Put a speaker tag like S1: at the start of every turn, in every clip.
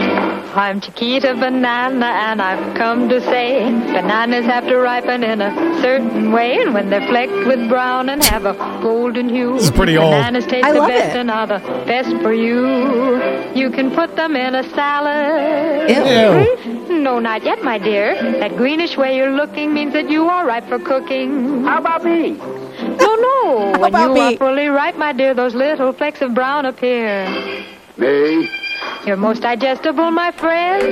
S1: I'm Chiquita Banana, and I've come to say bananas have to ripen in a certain way, and when they're flecked with brown and have a golden hue,
S2: This is pretty old.
S1: bananas taste
S3: I
S1: the
S3: love
S1: best
S3: it.
S1: and are the best for you. You can put them in a salad.
S3: Ew.
S2: Ew.
S1: No, not yet, my dear. That greenish way you're looking means that you are ripe for cooking. How about me? No, no.
S3: How
S1: when
S3: about
S1: you
S3: me?
S1: are fully ripe, my dear, those little flecks of brown appear.
S4: Me?
S1: You're most digestible, my friend.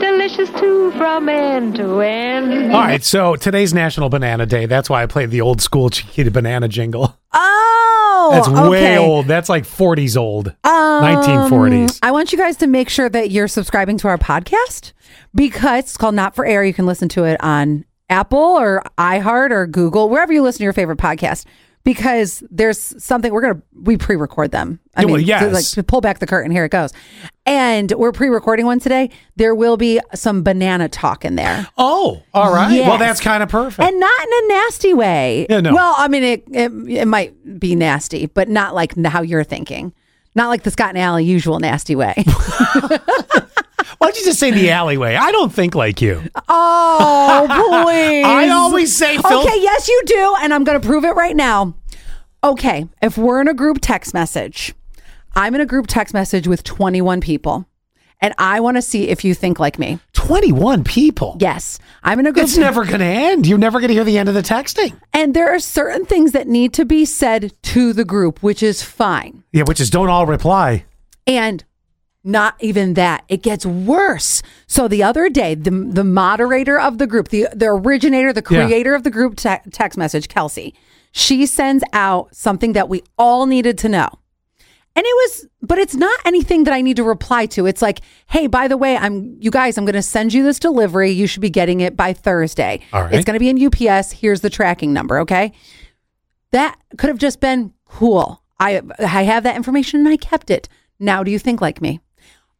S1: Delicious too, from end to end.
S2: All right, so today's National Banana Day. That's why I played the old school Chiquita Banana jingle.
S3: Oh,
S2: That's way
S3: okay.
S2: old. That's like 40s old.
S3: Um,
S2: 1940s.
S3: I want you guys to make sure that you're subscribing to our podcast because it's called Not for Air. You can listen to it on Apple or iHeart or Google, wherever you listen to your favorite podcast. Because there's something we're gonna we pre-record them. I
S2: Yeah, well,
S3: mean, to, like
S2: yes.
S3: to pull back the curtain. Here it goes, and we're pre-recording one today. There will be some banana talk in there,
S2: Oh, all right. Well,
S3: Yes.
S2: that's kind of perfect.
S3: and not in a nasty way.
S2: Yeah, no.
S3: Well, I mean, it, it it might be nasty, but not like how you're thinking. Not like the Scott and Alley usual nasty way.
S2: why don't you just say the alleyway? I don't think like you.
S3: Oh, please.
S2: I always say Phil.
S3: Okay, yes, you do. And I'm going to prove it right now. Okay, if we're in a group text message, I'm in a group text message with 21 people. And I want to see if you think like me.
S2: 21 people.
S3: Yes, I'm in a group.
S2: It's never going to end. You're never going to hear the end of the texting.
S3: and there are certain things that need to be said to the group, which is fine.
S2: Yeah, which is don't all reply.
S3: And not even that. It gets worse. So the other day, the the moderator of the group, the the originator, the
S2: Yeah.
S3: creator of the group te- text message, Kelsey, she sends out something that we all needed to know. And it was, but it's not anything that I need to reply to. It's like, hey, by the way, I'm you guys, I'm going to send you this delivery. You should be getting it by Thursday.
S2: All right.
S3: It's going to be in UPS. Here's the tracking number. Okay that could have just been cool. I I have that information and I kept it. Now do you think like me?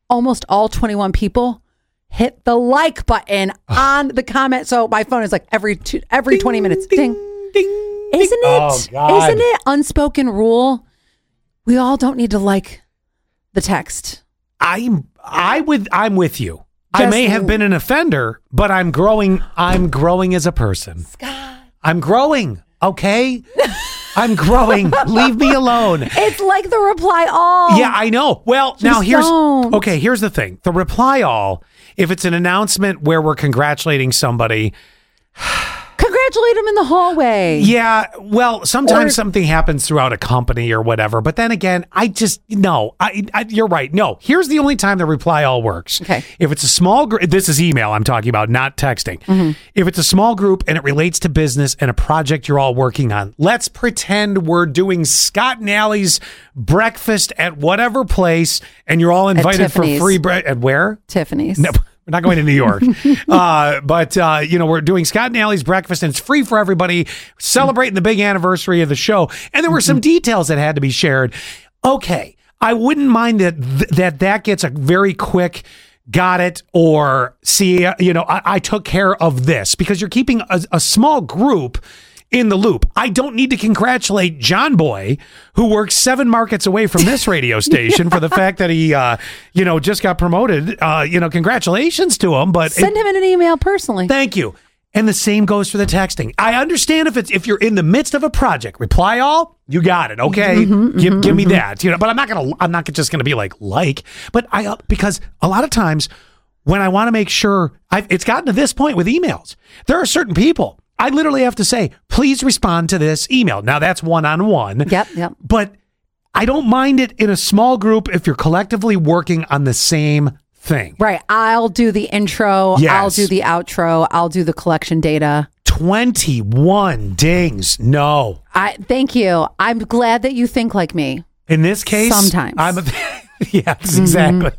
S3: Almost all 21 people hit the like button on the comment. So my phone is like every two, every 20 minutes. Ding.
S2: Ding.
S3: Isn't
S2: Oh,
S3: it?
S2: God.
S3: not it unspoken rule? We all don't need to like the text.
S2: I'm I would I'm with you. I
S3: Just-
S2: may have been an offender, but I'm growing I'm growing as a person. I'm growing, okay? I'm growing. Leave me alone.
S3: It's like the reply all.
S2: Yeah, I know. Well, now here's
S3: Oh. don't.
S2: okay. Here's the thing: the reply all. If it's an announcement where we're congratulating somebody,
S3: Congratulate him in the hallway.
S2: yeah. Well, sometimes
S3: Or-
S2: something happens throughout a company or whatever. But then again, I just no. I, I you're right. No, here's the only time the reply all works.
S3: Okay.
S2: If it's a small group, this is email I'm talking about, not texting.
S3: Mm-hmm.
S2: If it's a small group and it relates to business and a project you're all working on, let's pretend we're doing Scott and Alley's breakfast at whatever place, and you're all invited for
S3: Tiffany's.
S2: free bread at where?
S3: Tiffany's.
S2: No, we're not going to New York. uh, but, uh, you know, we're doing Scott and Alley's breakfast and it's free for everybody, celebrating the big anniversary of the show. And there were some details that had to be shared. Okay. I wouldn't mind that th- that that gets a very quick got it or see, you know, I, I took care of this because you're keeping a, a small group in the loop. I don't need to congratulate John Boy, who works seven markets away from this radio station, for the fact that he, uh, you know, just got promoted. Uh, you know, congratulations to him. But
S3: Send
S2: it-
S3: him in an email personally.
S2: thank you. And the same goes for the texting. I understand if it's if you're in the midst of a project, reply all. You got it. Okay, give, give me that. You know, but I'm not gonna. I'm not just gonna be like like. But I uh, because a lot of times when I want to make sure I've, it's gotten to this point with emails, there are certain people I literally have to say, please respond to this email. Now that's one on one.
S3: Yep, yep.
S2: But I don't mind it in a small group if you're collectively working on the same thing.
S3: Right. I'll do the intro. I'll
S2: Yes.
S3: do the outro. I'll do the collection data.
S2: 21 dings. No.
S3: I thank you. I'm glad that you think like me.
S2: In this case,
S3: Sometimes.
S2: I'm a, yes, exactly.